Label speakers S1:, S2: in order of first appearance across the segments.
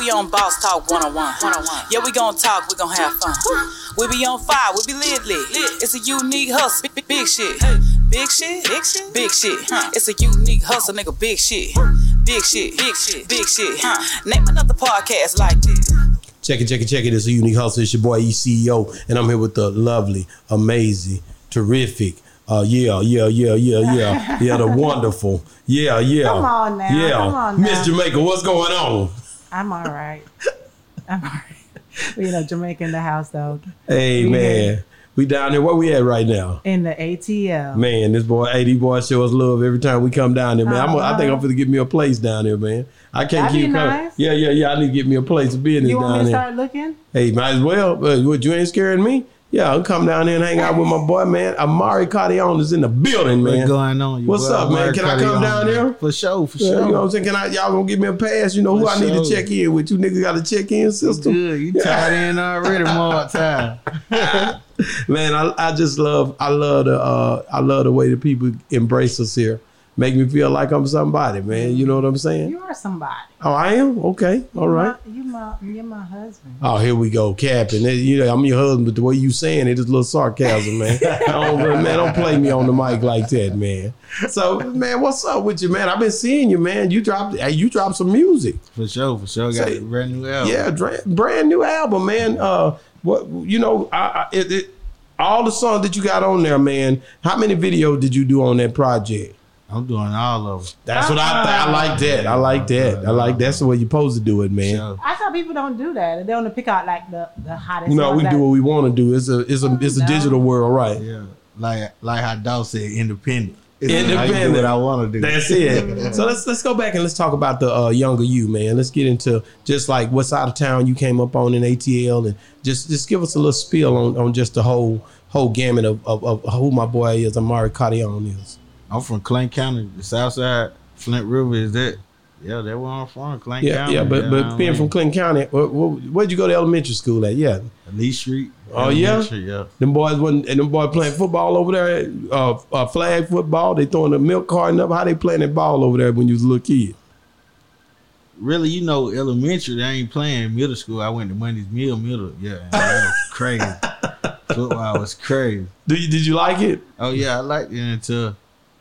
S1: be on Boss Talk 101. 101. Yeah, we gon' talk, we gon' have fun. We be on fire, we be lit lit. It's a unique hustle, big, big shit. Big shit, big shit, big shit. Huh. It's a unique hustle, nigga, big shit. Big shit, big shit, big shit. Huh. Name another podcast like this.
S2: Check it, check it, check it. It's a unique hustle. It's your boy E ECEO, and I'm here with the lovely, amazing, terrific. Uh, yeah, yeah, yeah, yeah, yeah, yeah. The wonderful, yeah, yeah,
S3: Come on now,
S2: yeah.
S3: come on now.
S2: Miss Jamaica, what's going on?
S3: I'm all right. I'm all right. You know, Jamaica in the house though.
S2: Hey
S3: We
S2: man, we down here. Where we at right now?
S3: In the ATL.
S2: Man, this boy, AD boy, shows love every time we come down there, man. I'm, I think I'm gonna get me a place down there, man. I can't
S3: Uh-huh. That'd be
S2: keep coming.
S3: nice.
S2: Yeah, yeah, yeah. I need to get me a place of business
S3: You want
S2: down
S3: me to
S2: there.
S3: start looking?
S2: Hey, might as well. Uh, what you ain't scaring me? Yeah, I'll come down here and hang out with my boy, man. Amari Cardion is in the building, man.
S4: What's going on? You
S2: What's
S4: boy,
S2: up, man?
S4: Mark
S2: Can I come
S4: Cardion,
S2: down
S4: man.
S2: there?
S4: For sure, for
S2: Yeah,
S4: sure.
S2: You know what I'm saying? Can I, y'all gonna give me a pass? You know who
S4: For
S2: I need to
S4: sure.
S2: check in with? You niggas got a check in system.
S4: Good, you tied in already, more time.
S2: man I, I just love i love the uh i love the way the people embrace us here make me feel like i'm somebody man you know what i'm saying
S3: You are somebody.
S2: oh i am okay all right
S3: You my, you my, you're my husband.
S2: Oh, here we go, capping. That- You know, I'm your husband, but the way you saying it is a little sarcasm, man. I don't, man, don't play me on the mic like that, man. So, man, what's up with you, man? I've been seeing you, man. You dropped, hey, you dropped some music.
S4: For sure, for sure. Got
S2: Say-
S4: a brand new album.
S2: Yeah, dra- brand new album, man. Uh, what you know, I, I it, it, all the songs that you got on there, man. How many videos did you do on that project?
S4: I'm doing all of them.
S2: That's what I th- I like that. I like that. I like that's the way you're supposed to do it, man.
S4: So,
S3: I thought people don't do that. They want to pick out like the, the hottest.
S2: You know, we
S3: ones
S2: do
S3: that-
S2: what we want to do. It's a it's a it's a
S3: No.
S2: digital world, right?
S4: yeah. Like like how Dow said, independent. It's I do
S2: Independent.
S4: what I want to do.
S2: That's it. so let's let's go back and let's talk about the uh, younger you, man. Let's get into just like what side of town you came up on in ATL, and just just give us a little spill on, on just the whole whole gamut of, of, of who my boy is, Amari Cardion is.
S4: I'm from Clank County, the south side. Flint River is that. Yeah, that's where I'm from, Clank
S2: Yeah,
S4: County.
S2: yeah. But
S4: you know what
S2: but
S4: I
S2: being
S4: mean?
S2: from Clinton County, where, where, where'd you go to elementary school at? Yeah,
S4: Lee Street.
S2: Oh, yeah?
S4: Elementary, yeah.
S2: them boys wasn't, and them boys playing football over there, uh, uh, flag football. They throwing the milk carton up. How they playing that ball over there when you was a little kid?
S4: really, you know, elementary, they ain't playing middle school. I went to Monday's Mill Middle. Yeah, and that was crazy. Football was crazy.
S2: Did you, did you like it?
S4: Oh yeah, I liked it until,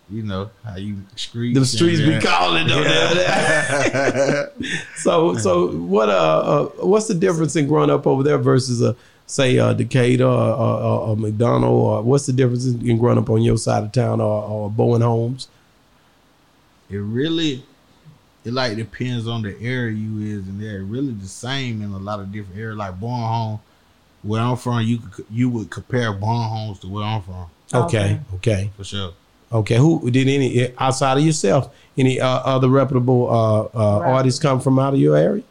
S4: you know, how you streets.
S2: Them
S4: and
S2: streets be
S4: that.
S2: calling them. so so what uh, uh what's the difference in growing up over there versus a say uh Decatur or, or, or, or McDonald or what's the difference in in growing up on your side of town or, or Bowen Homes?
S4: It really, it like depends on the area you is, and they're really the same in a lot of different areas. Like born home, where I'm from, you could, you would compare born homes to where I'm from
S2: Okay,
S3: Okay.
S2: okay,
S4: for sure.
S2: okay. Who did any outside of yourself? Any uh, other reputable uh, uh,
S3: Right.
S2: artists come from out of your area?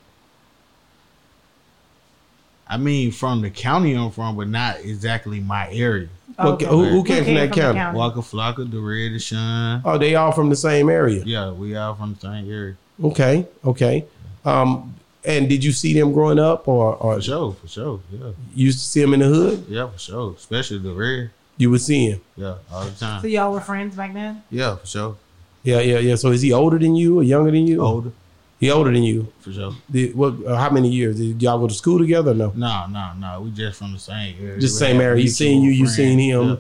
S4: I mean, from the county I'm from, but not exactly my area.
S2: Okay, who- who came from that
S3: the
S2: county?
S4: Walker Flocka, the Red, the Shine.
S2: Oh, they all from the same area.
S4: Yeah, we all from the same area.
S2: Okay, okay. Um, and did you see them growing up, or, or
S4: For sure, for sure. Yeah,
S2: you used to see them in the hood?
S4: yeah, for sure. Especially the Red.
S2: You would see him.
S4: Yeah, all the
S3: So
S4: time.
S3: y'all were friends back then?
S4: Yeah, for sure.
S2: Yeah, yeah, yeah. So is he older than you or younger than you?
S4: Older,
S2: He older than you.
S4: for sure.
S2: Did, what? Uh, how many years did y'all go to school together? Or no,
S4: No, no, no. We just from the same area.
S2: just
S4: We
S2: same
S4: have
S2: area. He seen you,
S4: mutual
S2: you seen him.
S4: friends.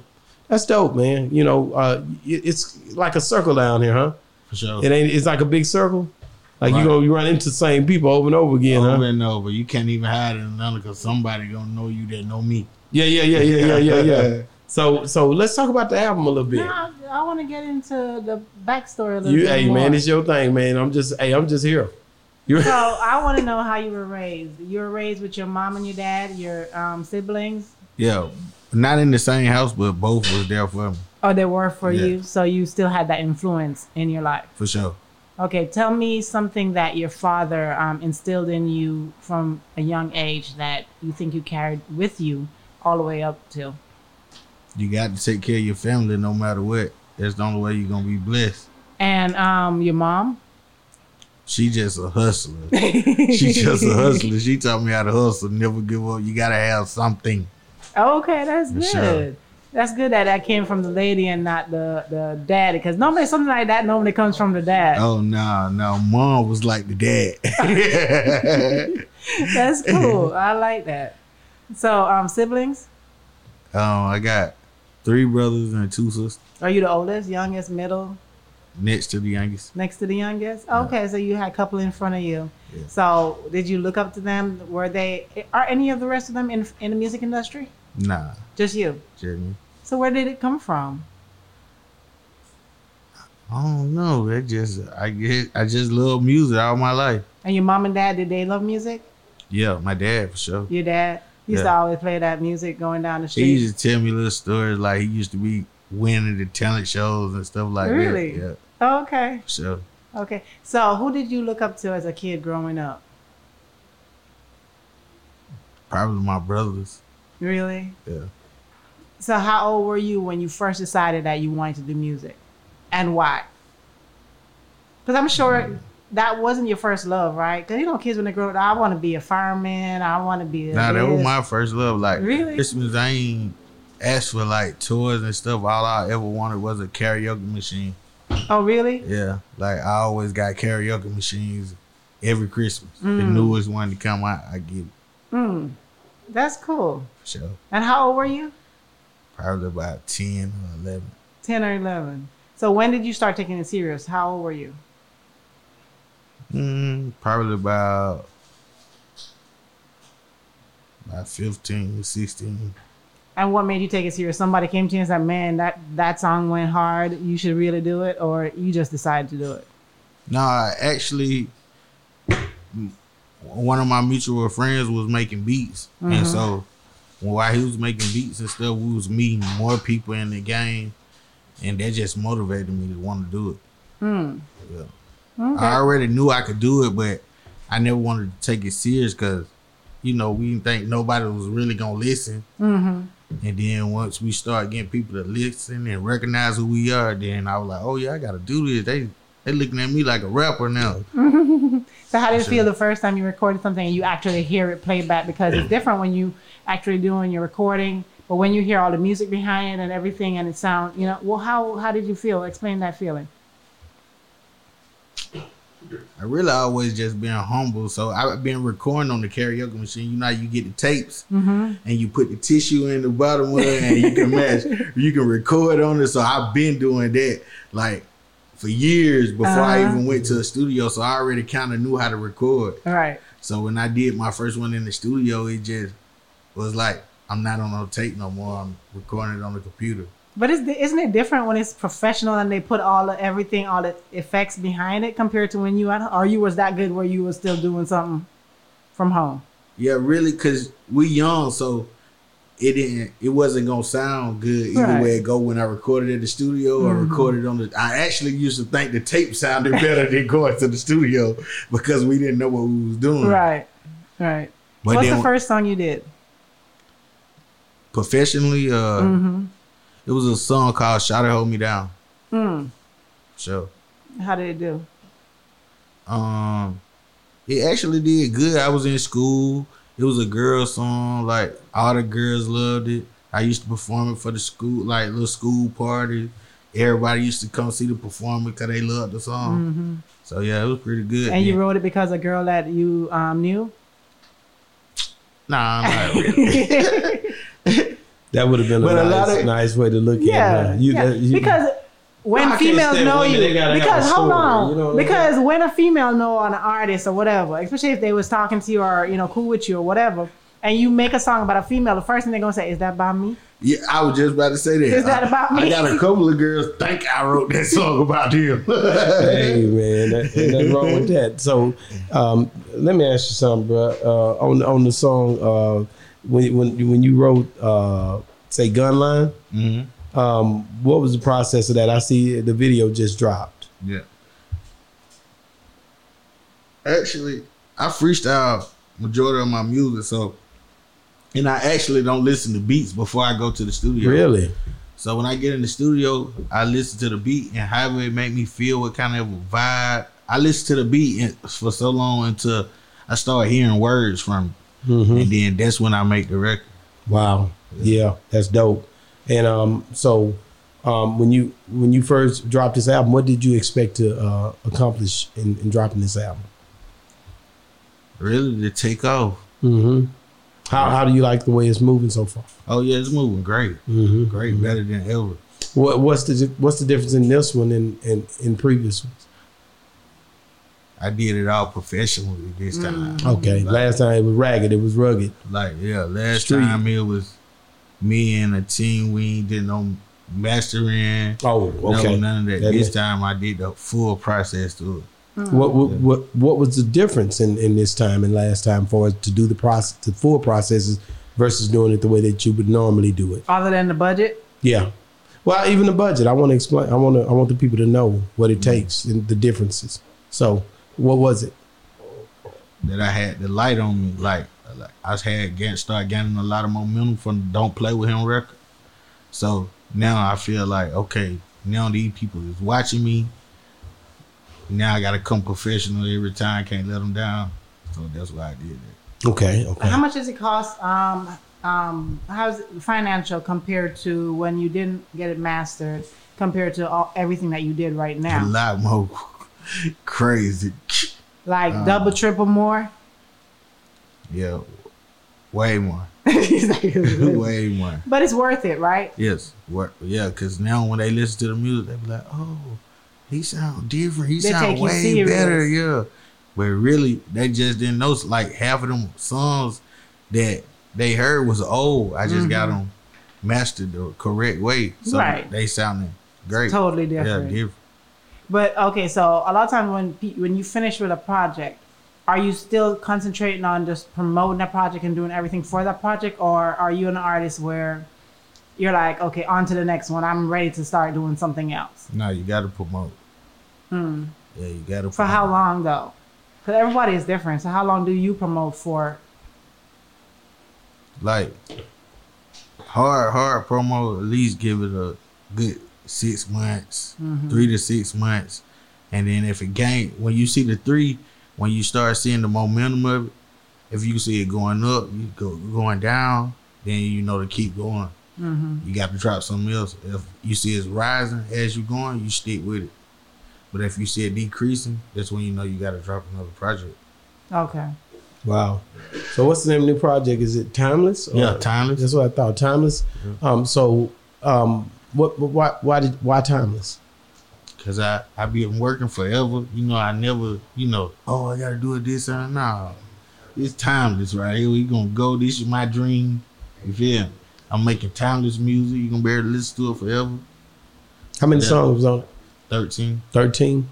S2: That's dope, man. You know, uh, it, it's like a circle down here, huh?
S4: Yeah, for sure.
S2: It ain't. It's like a big circle. Like you
S4: Right.
S2: go, you run into the same people over and over again, huh?
S4: Over and over. You can't even hide it another because somebody gonna know you that know me.
S2: Yeah, yeah, yeah, yeah, yeah, yeah, yeah. so, so let's talk about the album a little bit.
S3: No, I, I want to get into the backstory a little
S2: You,
S3: bit
S2: hey,
S3: more.
S2: man, it's your thing, man. I'm just, hey, I'm just here. You,
S3: So I want to know how you were raised. You were raised with your mom and your dad, your um, siblings.
S4: Yeah, not in the same house, but both was there for me
S3: Oh, they were for
S4: Yeah.
S3: you, so you still had that influence in your life.
S4: for sure.
S3: Okay, tell me something that your father um, instilled in you from a young age that you think you carried with you all the way up till.
S4: You got to take care of your family no matter what. That's the only way you're gonna be blessed.
S3: And um, your mom?
S4: She just a hustler. She just a hustler. She taught me how to hustle. Never give up. You gotta have something.
S3: Oh, Okay, that's
S4: For
S3: good.
S4: sure.
S3: That's good that that came from the lady and not the the daddy, because normally something like that normally comes from the dad.
S4: Oh no, no, mom was like the dad.
S3: That's cool. I like that. So, um, siblings?
S4: um, I got three brothers and two sisters
S3: Are you the oldest, youngest, middle,
S4: next to the youngest.
S3: next to the youngest? Okay, so you had a couple in front of you.
S4: Yeah.
S3: So, did you look up to them? Were they? Are any of the rest of them in in the music industry?
S4: Nah,
S3: Just you.
S4: Jeremy.
S3: So, where did it come from?
S4: I don't know. I just I get I just love music all my life.
S3: And your mom and dad, did they love music?
S4: Yeah, my dad for sure.
S3: Your dad used to
S4: Yeah.
S3: always play that music going down the
S4: He
S3: street.
S4: used to tell me little stories like he used to be winning the talent shows and stuff like
S3: Really?
S4: that. Yeah,
S3: Okay.
S4: for sure.
S3: Okay. So, who did you look up to as a kid growing up?
S4: Probably my brothers.
S3: Really?
S4: Yeah.
S3: So, how old were you when you first decided that you wanted to do music and why? Because I'm sure
S4: Mm-hmm.
S3: that wasn't your first love, right? Because you know, kids when they grow up, I want to be a fireman, I want to be a.
S4: Nah, that was
S3: this."
S4: my first love. Like
S3: Really?
S4: Christmas, I ain't asked for like toys and stuff. All I ever wanted was a karaoke machine.
S3: Oh, really?
S4: Yeah, like I always got karaoke machines every Christmas. The
S3: Mm.
S4: newest one to come out, I get it
S3: Mm, that's cool.
S4: for sure.
S3: And how old were you?
S4: Probably about ten or eleven.
S3: 10 or 11. So, when did you start taking it serious? How old were you?
S4: Mm, probably about about 15, 16.
S3: And what made you take it serious? Somebody came to you and said, "Man, that that song went hard. You should really do it," or you just decided to do it.
S4: No, I actually, m- one of my mutual friends was making beats,
S3: Mm-hmm.
S4: and so while he was making beats and stuff, we was meeting more people in the game, and that just motivated me to want to do it.
S3: Hmm.
S4: Yeah.
S3: Okay.
S4: I already knew I could do it, but I never wanted to take it serious because, you know, we didn't think nobody was really gonna listen.
S3: mm-hmm.
S4: And then once we start getting people to listen and recognize who we are, then I was like, oh yeah, I gotta do this. They they looking at me like a rapper now.
S3: So how did it
S4: Sure.
S3: feel the first time you recorded something and you actually hear it played back? Because it's different when you actually doing your recording, but when you hear all the music behind it and everything and it sound, you know, well, how how did you feel? Explain that feeling.
S4: I really always just been humble. So I've been recording on the karaoke machine. You know, how you get the tapes
S3: Mm-hmm.
S4: and you put the tissue in the bottom of it and you can match, you can record on it. So I've been doing that like for years before I
S3: Uh-huh.
S4: even went to a studio. So I already kind of knew how to record.
S3: All right.
S4: So when I did my first one in the studio, it just was like I'm not on no tape no more. I'm recording it on the computer.
S3: But it's, isn't it different when it's professional and they put all of everything, all the effects behind it compared to when you at or you was that good where you was still doing something from home?
S4: Yeah, really, cause we young, so it didn't. It wasn't gonna sound good either
S3: Right. Mm-hmm.
S4: way it go when I recorded at the studio or recorded on the. I actually used to think the tape sounded better than going to the studio because we didn't know what we was doing.
S3: Right. Right.
S4: Mm. But
S3: What's
S4: then
S3: the first song you did?
S4: professionally, uh,
S3: Mm-hmm.
S4: it was a song called "Shout It Hold Me Down."
S3: Mm.
S4: So.
S3: How did it do?
S4: Um, it actually did good. I was in school. It was a girl song. Like all the girls loved it. I used to perform it for the school, like little school party. Everybody used to come see the performance because they loved the song.
S3: Mm-hmm.
S4: So yeah, it was pretty good.
S3: And you
S4: Yeah.
S3: wrote it because a girl that you um, knew.
S4: nah, I'm like,
S2: That would have been a
S4: But a lot
S2: nice,
S4: of-
S2: nice way to look
S3: yeah,
S2: at it. You,
S3: yeah.
S2: that- you-
S3: because when
S2: I can't
S3: females
S2: stand
S3: know
S2: women,
S3: you,
S2: they gotta have
S3: because
S2: a
S3: hold
S2: story,
S3: on,
S2: you know what I'm
S3: because when a female know an artist or whatever, especially if they was talking to you or you know cool with you or whatever, and you make a song about a female, the first thing they're gonna say is that by me.
S4: yeah, I was just about to say that.
S3: Is that about
S4: I,
S3: me?
S4: I got a couple of girls think I wrote that song about them.
S2: hey man, that, ain't nothing wrong with that. So, um, let me ask you something, bro. Uh, on on the song uh, when when when you wrote uh, say Gunline,
S4: hmm
S2: um, what was the process of that? I see the video just dropped.
S4: Yeah. Actually, I freestyle majority of my music, so and I actually don't listen to beats before I go to the studio.
S2: Really?
S4: So when I get in the studio, I listen to the beat and how it make me feel, what kind of vibe. I listen to the beat and- for so long until I start hearing words from, it.
S2: hmm
S4: and then that's when I make the record.
S2: Wow. Yeah, that's dope. And um, so um, when you when you first dropped this album, what did you expect to uh, accomplish in, in dropping this album?
S4: Really to take off.
S2: Mm-hmm. How, how do you like the way it's moving so far?
S4: Oh yeah, it's moving great.
S2: Mm-hmm.
S4: Great, better than ever.
S2: What what's the what's the difference in this one and and in previous ones?
S4: I did it all professionally this time.
S2: Okay,
S4: Like-
S2: last time it was ragged, it was rugged.
S4: Like yeah, last
S2: Street.
S4: time it was me and a team. We ain't did no mastering.
S2: Oh, okay.
S4: No, none of that.
S2: That
S4: this
S2: is-
S4: time I did the full process to it.
S2: What what, what what was the difference in, in this time and last time for us to do the process the full processes versus doing it the way that you would normally do it?
S3: Other than the budget,
S2: Yeah. Well, even the budget. I want to explain. I want to. I want the people to know what it takes and the differences. So, what was it?
S4: That I had the light on me. Like, like I had gain, started gaining a lot of momentum from Don't Play With Him record. So now I feel like, okay, now these people is watching me. Now I got to come professional every time. Can't let them down. So that's why I did that.
S2: Okay. Okay.
S3: how much does it cost? Um, um, how's it financial compared to when you didn't get it mastered? Compared to all, everything that you did right
S4: A
S3: now,
S4: lot more crazy.
S3: like
S4: Uh.
S3: double, triple more.
S4: Yeah, way more.
S3: He's like,
S4: way more.
S3: but it's worth it, right?
S4: Yes. What? Yeah, because now when they listen to the music, they be like, "Oh, he sound different. He
S3: They take
S4: sound
S3: you
S4: way
S3: serious.
S4: better." Yeah. But really, they just didn't know. Like half of them songs that they heard was old. I just got 'em got them mastered the correct way,
S3: Mm-hmm.
S4: so
S3: Right.
S4: they sounding great.
S3: Totally
S4: Yeah,
S3: different.
S4: different.
S3: But okay, so a lot of times when pe- when you finish with a project, are you still concentrating on just promoting that project and doing everything for that project, or are you an artist where you're like, okay, on to the next one. I'm ready to start doing something else.
S4: No, you got to promote. Yeah, you got to.
S3: Hmm. For how long though? Because everybody is different. So how long do you promote for?
S4: like hard hard promo at least give it a good six months three to six months and then if it gain when you see the three when you start seeing the momentum of it if you see it going up you go going down then you know to keep going you got to drop something else if you see it's rising as you're going you stick with it but if you see it decreasing that's when you know you got to drop another project
S3: Okay,
S2: Wow. So, what's the name of the new project? Is it Timeless? or-
S4: yeah timeless Mm-hmm.
S2: That's what I thought. Timeless. Um. So, um. What? what- Why? Why did? Why Timeless?
S4: Cause I I been working forever. You know, I never, you know, oh I gotta do it this and no. It's timeless right here. We gonna go. This is my dream. You feel me? I'm making timeless music. You gonna be able to listen to it forever.
S2: How many
S4: Yeah. Mm-hmm.
S2: songs was on it?
S4: Thirteen,
S2: Thirteen.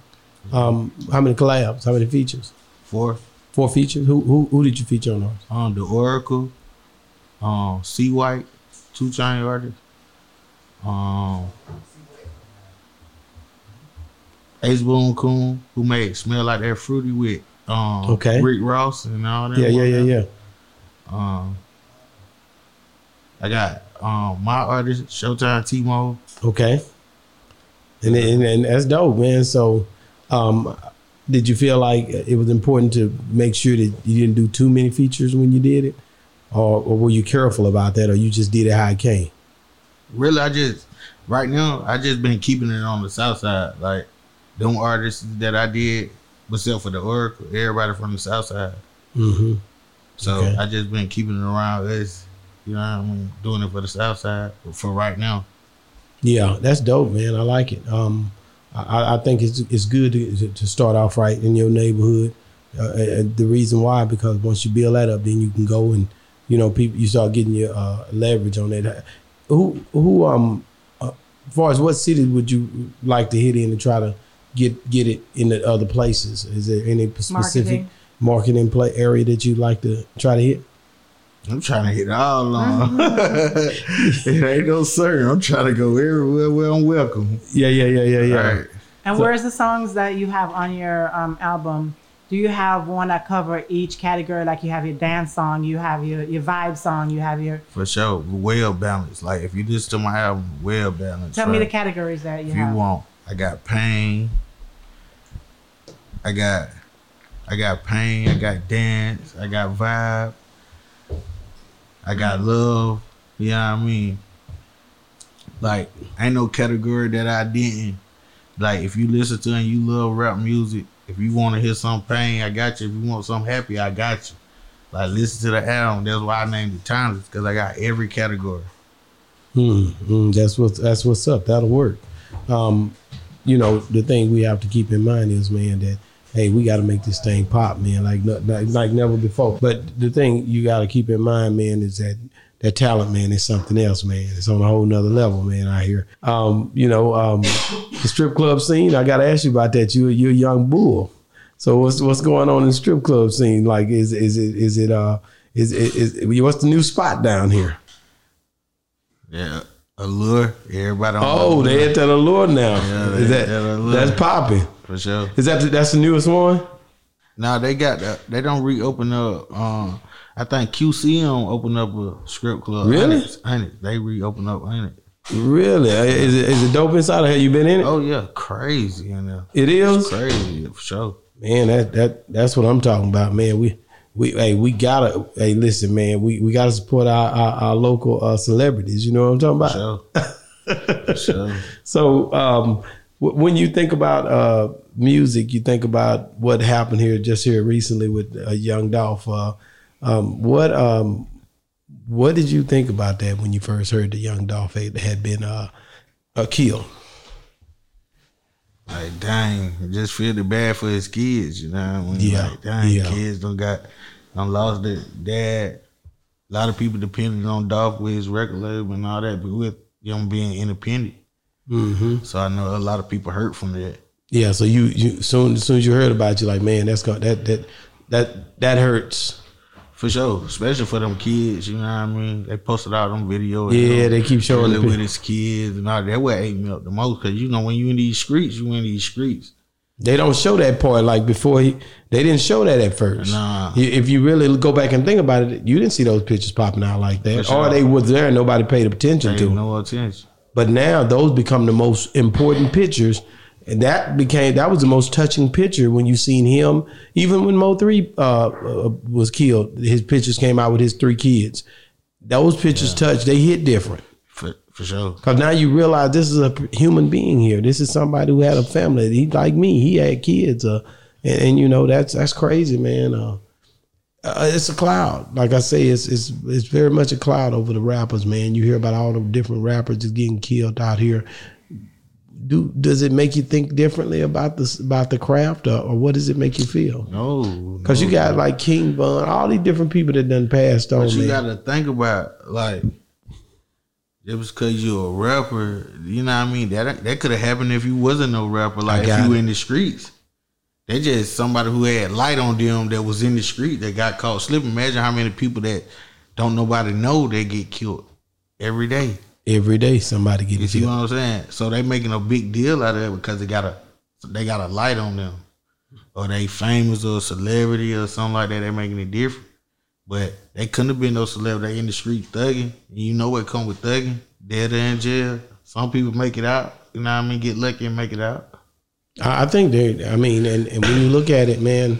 S2: Um. How many collabs? How many features?
S4: four.
S2: Four features. Who? Who? Who did you feature on? ours?
S4: Um, the Oracle, um, C White, two Johnny artists, um, Ace Boone Coon, who made "Smell Like That Fruity" with um,
S2: Okay.
S4: Rick Ross and all that.
S2: Yeah. Yeah.
S4: one
S2: Yeah.
S4: there.
S2: Yeah.
S4: Um, I got um my artist Showtime T-Mo.
S2: Okay. And, and and that's dope, man. So, um, did you feel like it was important to make sure that you didn't do too many features when you did it, or, or were you careful about that, or you just did it how it came?
S4: Really, I just right now I just been keeping it on the south side. Like them artists that I did, myself for the Oracle, everybody from the south side.
S2: Mm-hmm.
S4: So
S2: Okay.
S4: I just been keeping it around us. You know what I mean? Doing it for the south side for right now.
S2: Yeah, that's dope, man. I like it. Um, I, I think it's it's good to, to- to start off right in your neighborhood. Uh, uh, the reason why because once you build that up, then you can go and you know people you start getting your uh, leverage on that. Who who um, uh, as far as what city would you like to hit in and try to get get it in the other places? Is there any p- specific
S3: Marketing.
S2: marketing play area that you'd like to try to hit?
S4: I'm trying to hit all on. it ain't no certain. I'm trying to go everywhere where I'm welcome.
S2: Yeah, yeah, yeah, yeah, yeah.
S4: All right.
S3: and where's the songs that you have on your um, album? Do you have one that cover each category? Like you have your dance song, you have your your vibe song, you have your
S4: For sure, well balanced. Like if you listen to my album, well balanced.
S3: Tell me the
S4: right?
S3: categories that you
S4: If you
S3: have.
S4: want, I got pain. I got, I got pain. I got dance. I got vibe. I got love. You know what I mean? Like, ain't no category that I didn't. Like, if you listen to and you love rap music, if you want to hear some pain, I got you. If you want something happy, I got you. Like, listen to the album. That's why I named it Timeless because I got every category.
S2: Hmm, hmm, that's what that's what's up. That'll work. Um, you know, the thing we have to keep in mind is, man, that hey, we got to make this thing pop, man, like no- like, like never before. But the thing you got to keep in mind, man, is that that talent, man, is something else, man. It's on a whole nother level, man. Out here, um, you know, um, the strip club scene. I got to ask you about that. You you're a young bull. So what's what's going on in the strip club scene? Like, is is it is it uh is is, is what's the new spot down here?
S4: Yeah. Allure. Everybody on
S2: Oh, they at that allure now.
S4: Yeah, they
S2: Is
S4: at
S2: that,
S4: that Allure.
S2: that's popping.
S4: For sure.
S2: Is that the, that's the newest one?
S4: Now they got that. They don't reopen up. Um, I think QCM opened up a strip club.
S2: Really?
S4: Ain't it? Ain't it? They reopen up, ain't it?
S2: Really? Uh, Is it, is it dope inside? Have you been in it?
S4: Oh yeah, crazy in there.
S2: It is.
S4: Crazy for sure.
S2: Man, that that that's what I'm talking about, man. We we hey we gotta hey listen, man. We we gotta support our our, our local uh, celebrities. You know what I'm talking about.
S4: For sure. For sure.
S2: So um, w- when you think about uh, music, you think about what happened here just here recently with uh, Young Dolph. Uh, um, what um, what did you think about that when you first heard that Young Dolph had, had been uh, uh, killed?
S4: Like dang, I just feel the bad for his kids. You know, what I mean?
S2: Yeah,
S4: like dang,
S2: yeah.
S4: kids don't got, don't lost their dad. A lot of people depending on Dolph with his record label and all that, but with them being independent,
S2: Mm-hmm.
S4: so I know a lot of people hurt from that.
S2: Yeah. So you you soon as soon as you heard about, it, you're like, man, that's going that that that that hurts.
S4: For sure, especially for them kids, you know what I mean? They posted out them videos.
S2: Yeah,
S4: you know,
S2: they keep showing
S4: really
S2: the
S4: with his kids and all that. That what ate me up the most, cause you know when you in these streets, you in these streets.
S2: They don't show that part like before he. They didn't show that at first.
S4: Nah.
S2: You- If you really go back and think about it, you didn't see those pictures popping out like that,
S4: For sure.
S2: or they was there and nobody paid attention
S4: They
S2: to.
S4: ain't
S2: them.
S4: no attention.
S2: But now those become the most important pictures, and that became that was the most touching picture when you seen him. Even when Mo three uh, uh, was killed, his pictures came out with his three kids. Those pictures touched. They hit different.
S4: For for sure.
S2: Cause now you realize this is a p- human being here. This is somebody who had a family. He like me. He had kids. Uh, and, and you know that's that's crazy, man. Uh, uh, it's a cloud. Like I say, it's it's it's very much a cloud over the rappers, man. You hear about all the different rappers just getting killed out here. Do does it make you think differently about this about the craft, or, or what does it make you feel?
S4: No.
S2: Cause
S4: no.
S2: you got like King Bun, all these different people that done passed on.
S4: But you
S2: man.
S4: gotta think about like it was cause you a rapper, you know what I mean? That that could have happened if you wasn't no rapper, like if
S2: got
S4: you were
S2: it.
S4: in the streets. They just somebody who had light on them that was in the street that got caught slipping. Imagine how many people that don't nobody know they get killed every day.
S2: Every day somebody getting
S4: You see
S2: killed.
S4: what I'm saying? So they making a big deal out of it because they got a they got a light on them, or they famous or celebrity or something like that. They making it different, but they couldn't have been no celebrity. They in the street thugging. And You know what come with thugging? Dead or in jail. Some people make it out. You know what I mean? Get lucky and make it out.
S2: I I think they. I mean, and, and when you look at it, man,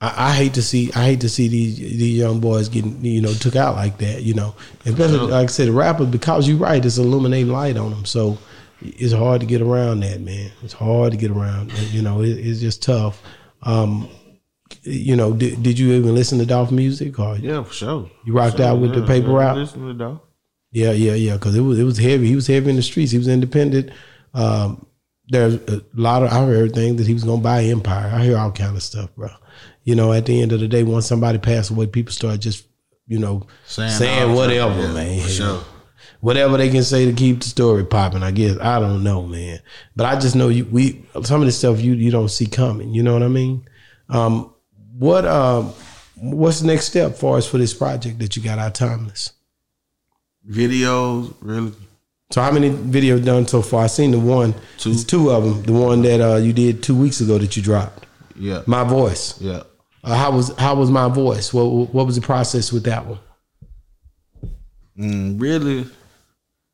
S2: I, I hate to see. I hate to see these these young boys getting you know took out like that. You know, especially like I said, the rappers because you're right. It's illuminating light on them, so it's hard to get around that, man. It's hard to get around. and, You know, it, it's just tough. Um, you know, did, did you even listen to Dolph music or
S4: Yeah, for sure.
S2: you rocked out with the
S4: Yeah,
S2: paper
S4: yeah,
S2: route?
S4: Listen to though.
S2: Yeah, yeah, yeah. Because it was it was heavy. He was heavy in the streets. He was independent. Um, there's a lot of I heard everything that he was gonna buy Empire. I hear all kind of stuff, bro. You know, at the end of the day, once somebody passed away, people start just you know saying,
S4: all the time.
S2: whatever,
S4: Yeah,
S2: man.
S4: For sure.
S2: Whatever they can say to keep the story popping. I guess I don't know, man. But I just know you. We some of this stuff you you don't see coming. You know what I mean? Um, what um, what's the next step for us for this project that you got out timeless?
S4: Videos, really.
S2: So how many videos done so far? I seen the one.
S4: Two.
S2: It's two of them. The one that uh, you did two weeks ago that you dropped.
S4: Yeah.
S2: My voice.
S4: yeah.
S2: Uh, how was how was my voice? What what was the process with that one?
S4: Mm, really,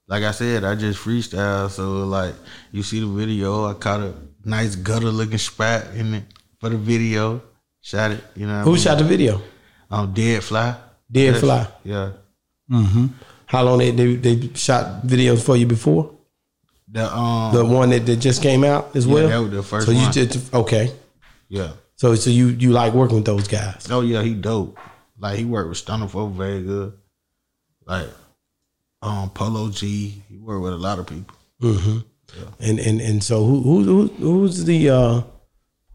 S4: like I said, I just freestyle. So like, you see the video, I caught a nice gutter looking spot in it for the video. Shot it, you know. what I Um,
S2: Who
S4: mean?
S2: shot the video?
S4: Um, Dead Fly.
S2: Dead
S4: Yes.
S2: Fly.
S4: Yeah.
S2: How long they they, they shot videos for you before?
S4: The um,
S2: The one that, that just came out as
S4: yeah,
S2: well.
S4: that was the first
S2: so you
S4: one.
S2: just okay.
S4: yeah.
S2: So so you you like working with those guys?
S4: Oh yeah, he dope. Like he worked with Stunner for very good. Like um, Polo G. He worked with a lot of people.
S2: And and and so who who, who who's the uh,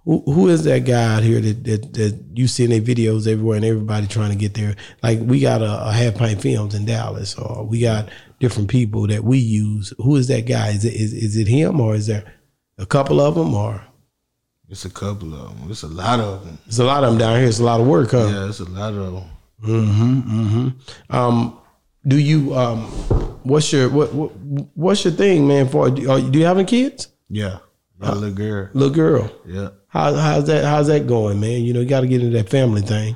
S2: who who is that guy out here that that, that you see in their videos everywhere and everybody trying to get there? Like we got a, a half pint films in Dallas, or we got different people that we use. Who is that guy? Is it is, is it him or is there a couple of them or?
S4: It's a couple of them. It's a lot of them.
S2: There's a lot of them down here. It's a lot of work, huh?
S4: Yeah, it's a lot of them.
S2: Um, do you um, what's your what, what what's your thing, man? For are, you- do you have any kids?
S4: Yeah,
S2: Uh,
S4: got a little girl.
S2: Little girl.
S4: Yeah.
S2: How, how's that? How's that going, man? You know, you got to get into that family thing.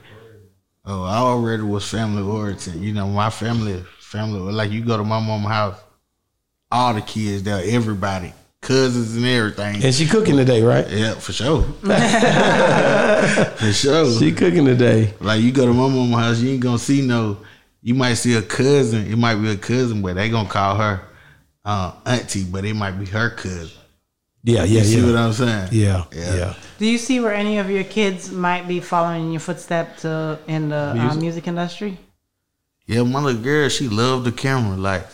S4: Oh, I already was family oriented. You know, my family, family, like you go to my mom's house, all the kids there, everybody, cousins and everything.
S2: And she cooking today, right?
S4: Yeah, for sure. for sure.
S2: She cooking today.
S4: like you go to my mom's house, you ain't gonna see no. You might see a cousin. It might be a cousin, but they gonna call her uh, auntie, but it might be her cousin.
S2: Yeah,
S4: You
S2: yeah,
S4: see what
S2: yeah,
S4: I'm saying?
S2: yeah,
S4: Yeah.
S2: yeah.
S3: Do you see where any of your kids might be following in your footsteps uh, in the music, uh,
S2: Music.
S3: music industry?
S4: Yeah, my little girl, she loved the camera. Like,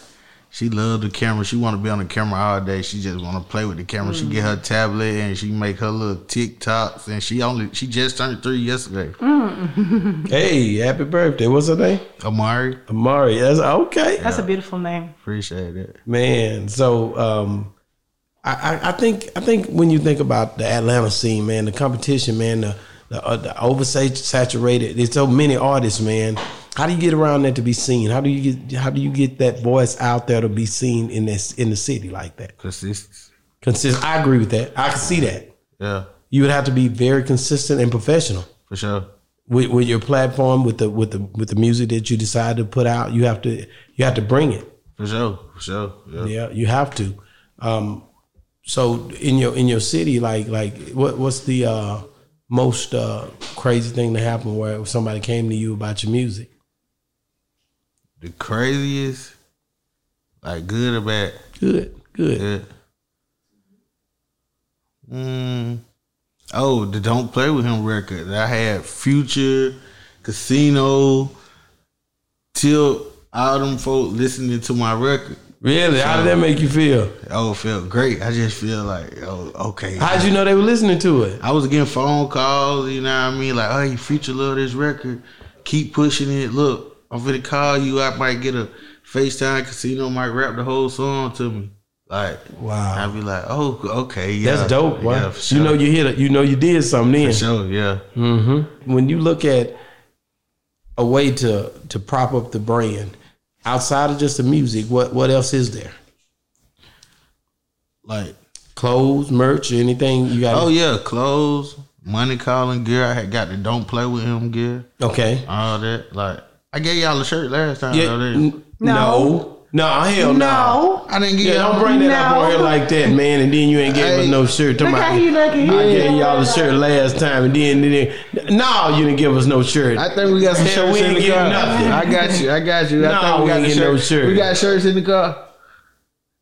S4: she loved the camera. She want to be on the camera all day. She just want to play with the camera. She get her tablet and she make her little TikToks. And she only she just turned three yesterday.
S2: Hey, happy birthday! What's her name?
S4: Amari,
S2: Amari. That's okay,
S3: That's a beautiful name.
S4: appreciate it.
S2: man. So, um, I, I, I think I think when you think about the Atlanta scene, man, the competition, man, the the, uh, the oversaturated. There's so many artists, man. How do you get around that to be seen? How do you get how do you get that voice out there to be seen in this in the city like that?
S4: Consistency.
S2: Consist. I agree with that. I can see that.
S4: Yeah,
S2: You would have to be very consistent and professional.
S4: for sure.
S2: with, with your platform with the with the with the music that you decide to put out you have to you have to bring it
S4: For sure. For sure. Yeah.
S2: yeah you have to um so in your in your city like like what what's the uh most uh crazy thing to happen where somebody came to you about your music
S4: The craziest, like good or bad.
S2: good good
S4: Yeah. Mm. Oh, the Don't Play With Him record. I had Future, Casino, till all them folk listening to my record.
S2: really how did that make you feel
S4: Oh, it felt great. I just feel like, oh, okay.
S2: how'd you know they were listening to it
S4: I was getting phone calls, you know what I mean? Like, hey, Future love this record. Keep pushing it. Look, I'm finna call you. I might get a FaceTime Casino, might rap the whole song to me. Like,
S2: wow
S4: I'd be like, oh, okay, yeah.
S2: that's dope wow.
S4: Yeah, for sure.
S2: you know you hit it you know you did something then
S4: For sure, yeah.
S2: Mm-hmm. When you look at a way to to prop up the brand outside of just the music, what what else is there?
S4: Like,
S2: Clothes, merch, anything you got?
S4: oh yeah, clothes, money calling gear. I had got the don't play with him gear,
S2: okay.
S4: all that. Like, I gave y'all a shirt last time.
S2: Yeah,
S4: though, didn't
S2: n- no, no, hell no.
S3: No.
S4: I I didn't give
S2: Yeah,
S4: y'all.
S2: don't bring that up
S3: No.
S2: on here like that, man. And then you ain't gave us
S4: Hey.
S2: no shirt. Talking
S3: Look
S2: about,
S3: at you looking.
S2: I gave y'all a shirt last time, and then, then, then no, you didn't give us no shirt.
S4: I think we got some
S2: Hell,
S4: shirts
S2: we
S4: in
S2: ain't
S4: the
S2: getting
S4: car.
S2: nothing.
S4: I got you. I got you. I
S2: No,
S4: think we
S2: we
S4: got
S2: ain't
S4: the
S2: getting
S4: shirt.
S2: no shirt.
S4: We got shirts in the car.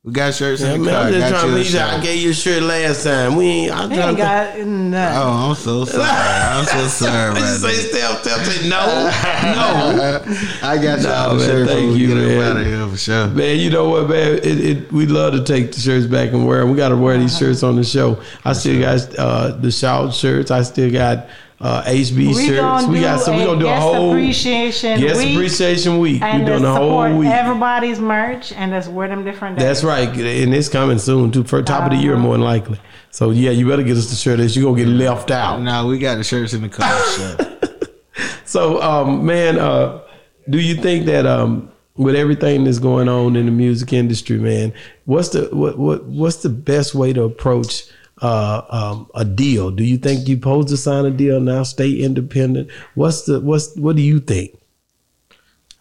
S4: We got shirts
S2: Yeah,
S4: in the
S2: man,
S4: car.
S2: I'm just
S4: got
S2: trying
S4: you
S2: to
S4: a
S2: be. I
S4: shirt.
S2: gave you a shirt last time. We ain't. I'm
S3: They
S2: trying
S3: ain't
S2: to.
S3: got nothing.
S4: Oh, I'm so sorry. I'm so sorry.
S2: I
S4: right
S2: just say
S4: now.
S2: Steph. Steph said no, no.
S4: I got y'all
S2: No,
S4: a
S2: man, thank
S4: shirt. Thank
S2: you,
S4: you, get
S2: man.
S4: up out of here for sure.
S2: Man, you know what, man? It, it, we love to take the shirts back and wear them. We got to wear these
S3: Uh-huh.
S2: shirts on the show. I still got uh, the shout shirts. I still got uh, HB
S3: We
S2: shirts.
S3: gonna
S2: We
S3: do
S2: got some. We
S3: a
S2: gonna do a
S3: guest
S2: whole
S3: appreciation
S2: guest
S3: week
S2: appreciation week. We
S3: and
S2: doing a
S3: let's
S2: whole
S3: support
S2: week.
S3: everybody's merch and let's wear them different days.
S2: That's right, and it's coming soon too. For top of the year,
S3: Uh-huh.
S2: more than likely. So yeah, you better get us the shirt. Else you gonna get left out.
S4: No, we got the shirts in the car. so.
S2: So, um, man, uh, do you think that um, with everything that's going on in the music industry, man, what's the what what what's the best way to approach uh, um, a deal? Do you think you pose to sign a deal now? Stay independent. What's the what's what do you think?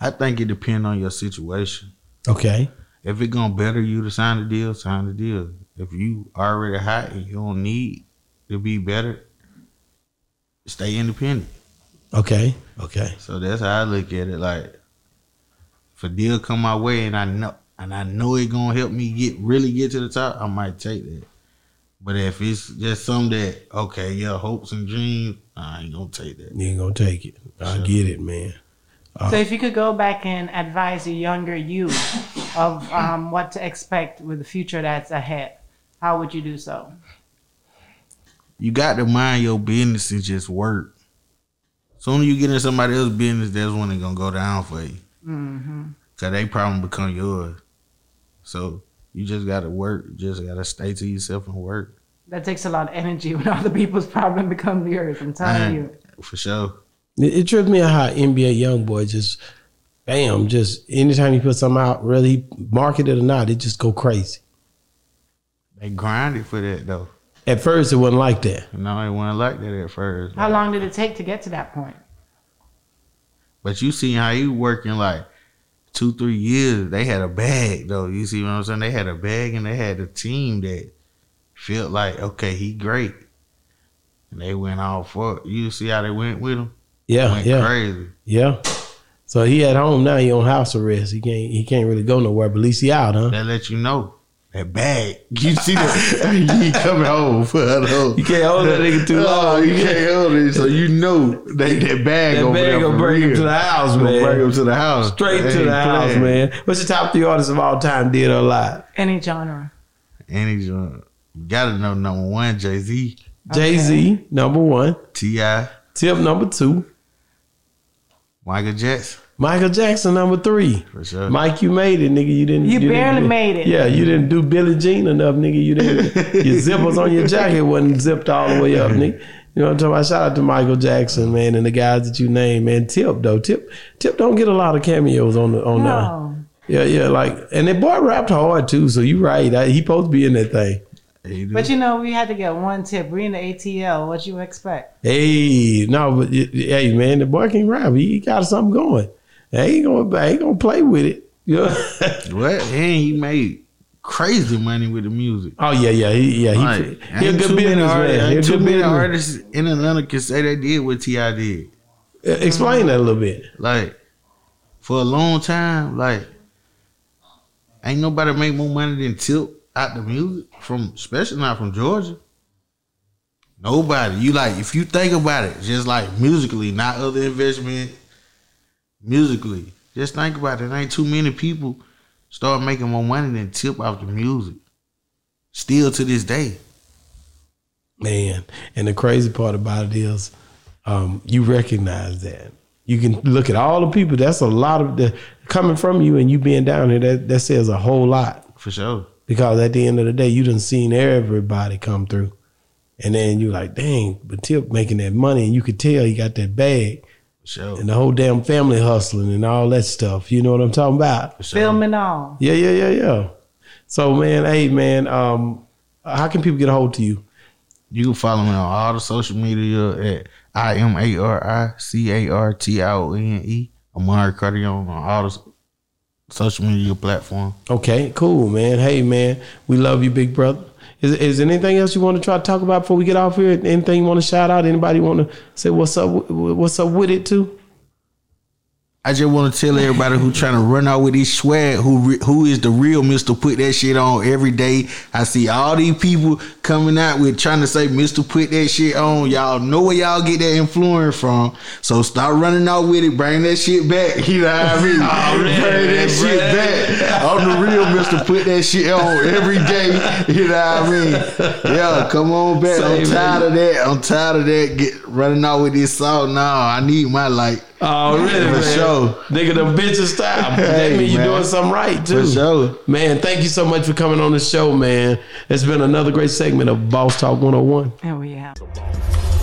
S4: I think it depends on your situation.
S2: Okay,
S4: If it gonna better you to sign the deal, sign the deal. If you already hot and you don't need to be better, stay independent.
S2: okay, okay.
S4: So that's how I look at it. Like if a deal come my way and I know and I know it gonna help me get really get to the top, I might take that. But if it's just something that okay, yeah, hopes and dreams, I ain't gonna take that.
S2: You ain't gonna take it. I get it, man.
S3: So if you could go back and advise a younger you of um, what to expect with the future that's ahead, how would you do so?
S4: You got to mind your business and just work. Soon as you get in somebody else's business, that's when it's gonna go down for you. Cause they problem become yours. So you just gotta work. Just gotta stay to yourself and work.
S3: That takes a lot of energy when other people's problem become yours. I'm telling
S4: Man,
S3: you.
S4: for sure.
S2: It, it tripped me out how NBA young boy just, bam, just anytime he put something out, whether he market it or not, it just go crazy.
S4: They grinded for that though.
S2: At first, it wasn't like that.
S4: You know, they wasn't like that at first.
S3: How long did it take to get to that point?
S4: But you see how you working like two, three years. They had a bag though. You see what I'm saying? They had a bag and they had a team that felt like, okay, he great. And they went all for it. You see how they went with him?
S2: Yeah,
S4: Went
S2: yeah,
S4: crazy.
S2: yeah. So he at home now. He on house arrest. He can't. He can't really go nowhere. But at least he out, huh?
S4: That let you know. That bag. You see that he coming home for the whole.
S2: You can't hold that nigga too
S4: Oh,
S2: long.
S4: you can't hold it. So you know that, that bag
S2: That
S4: over there
S2: bag
S4: for
S2: gonna bring him
S4: real.
S2: to the house,
S4: Gonna Bring him
S2: man.
S4: to the house.
S2: Straight
S4: They
S2: to
S4: ain't
S2: the house,
S4: playing.
S2: man. What's your top three artists of all time? Did or lied?
S3: Any genre.
S4: And he's uh, gotta know number one, Jay Z,
S2: Jay Z number one.
S4: T.I.,
S2: Tip number two.
S4: Michael Jackson,
S2: Michael Jackson number three.
S4: for sure.
S2: Mike, you made it, nigga. You didn't.
S3: You barely
S2: didn't-
S3: made it.
S2: Yeah, you didn't do Billie Jean enough, nigga. You didn't. your zippers on your jacket wasn't zipped all the way up, nigga. You know what I'm talking about? Shout out to Michael Jackson, man, and the guys that you named, man. Tip though, Tip, Tip don't get a lot of cameos on the on
S3: No.
S2: the. Yeah, yeah, like, and the boy rapped hard too. So you right, I, he supposed to be in that thing.
S4: He do.
S3: But you know, we had to get one tip. We in the ATL. What you expect?
S2: Hey, no, but y- y- hey, man, the boy can rap. He got something going. I ain't gonna, I ain't gonna play with it. You know?
S4: what? And he made crazy money with the music.
S2: Oh yeah, yeah, he, yeah. He,
S4: Like,
S2: he a
S4: ain't
S2: good
S4: too many artists-
S2: businessman. He a
S4: ain't Too
S2: good
S4: many
S2: businessman.
S4: artists in Atlanta can say they did what T.I. did.
S2: Uh, Explain that a little bit.
S4: Like, for a long time, like, ain't nobody make more money than Tilt out the music from, especially not from Georgia. Nobody. You like, if you think about it, just like musically, not other investment, musically, just think about it. Ain't too many people start making more money than Tip off the music. Still to this day.
S2: Man, and the crazy part about it is, um, you recognize that. You can look at all the people. That's a lot of the coming from you, and you being down here. That that says a whole lot
S4: For sure.
S2: because at the end of the day, you done seen everybody come through, and then you like, dang, but Tip making that money, and you could tell he got that bag,
S4: For sure.
S2: and the whole damn family hustling and all that stuff. You know what I'm talking about?
S4: For sure.
S3: Film and all.
S2: Yeah, yeah, yeah, yeah. So man, hey man, um, how can people get a hold to you?
S4: You can follow me on all the social media at I M A R I C A R T I O N E. Amari Cardion on all the s- social media platform.
S2: Okay, cool, man. Hey man, we love you, big brother. Is is there anything else you want to try to talk about before we get off here? Anything you want to shout out? Anybody want to say what's up? wi- wi- What's up with it too?
S4: I just want to tell everybody who trying to run out with this swag, who re- who is the real Mister Put That Shit On every day. I see all these people coming out with trying to say Mister Put That Shit On. Y'all know where y'all get that influence from, so stop running out with it. Bring that shit back. You know what I mean? Oh, Bring that shit back. I'm the real Mister Put That Shit On every day. You know what I mean? Yeah, come on back. I'm
S2: Same,
S4: tired of that. I'm tired of that. Get running out with this song. No, I need my light.
S2: Oh, really?
S4: For
S2: man.
S4: sure.
S2: nigga, the bitches style. that
S4: Hey,
S2: mean you
S4: man.
S2: doing something right too.
S4: For sure.
S2: Man, thank you so much for coming oh on the show, man. It's been another great segment of Boss Talk 101.
S3: And we have.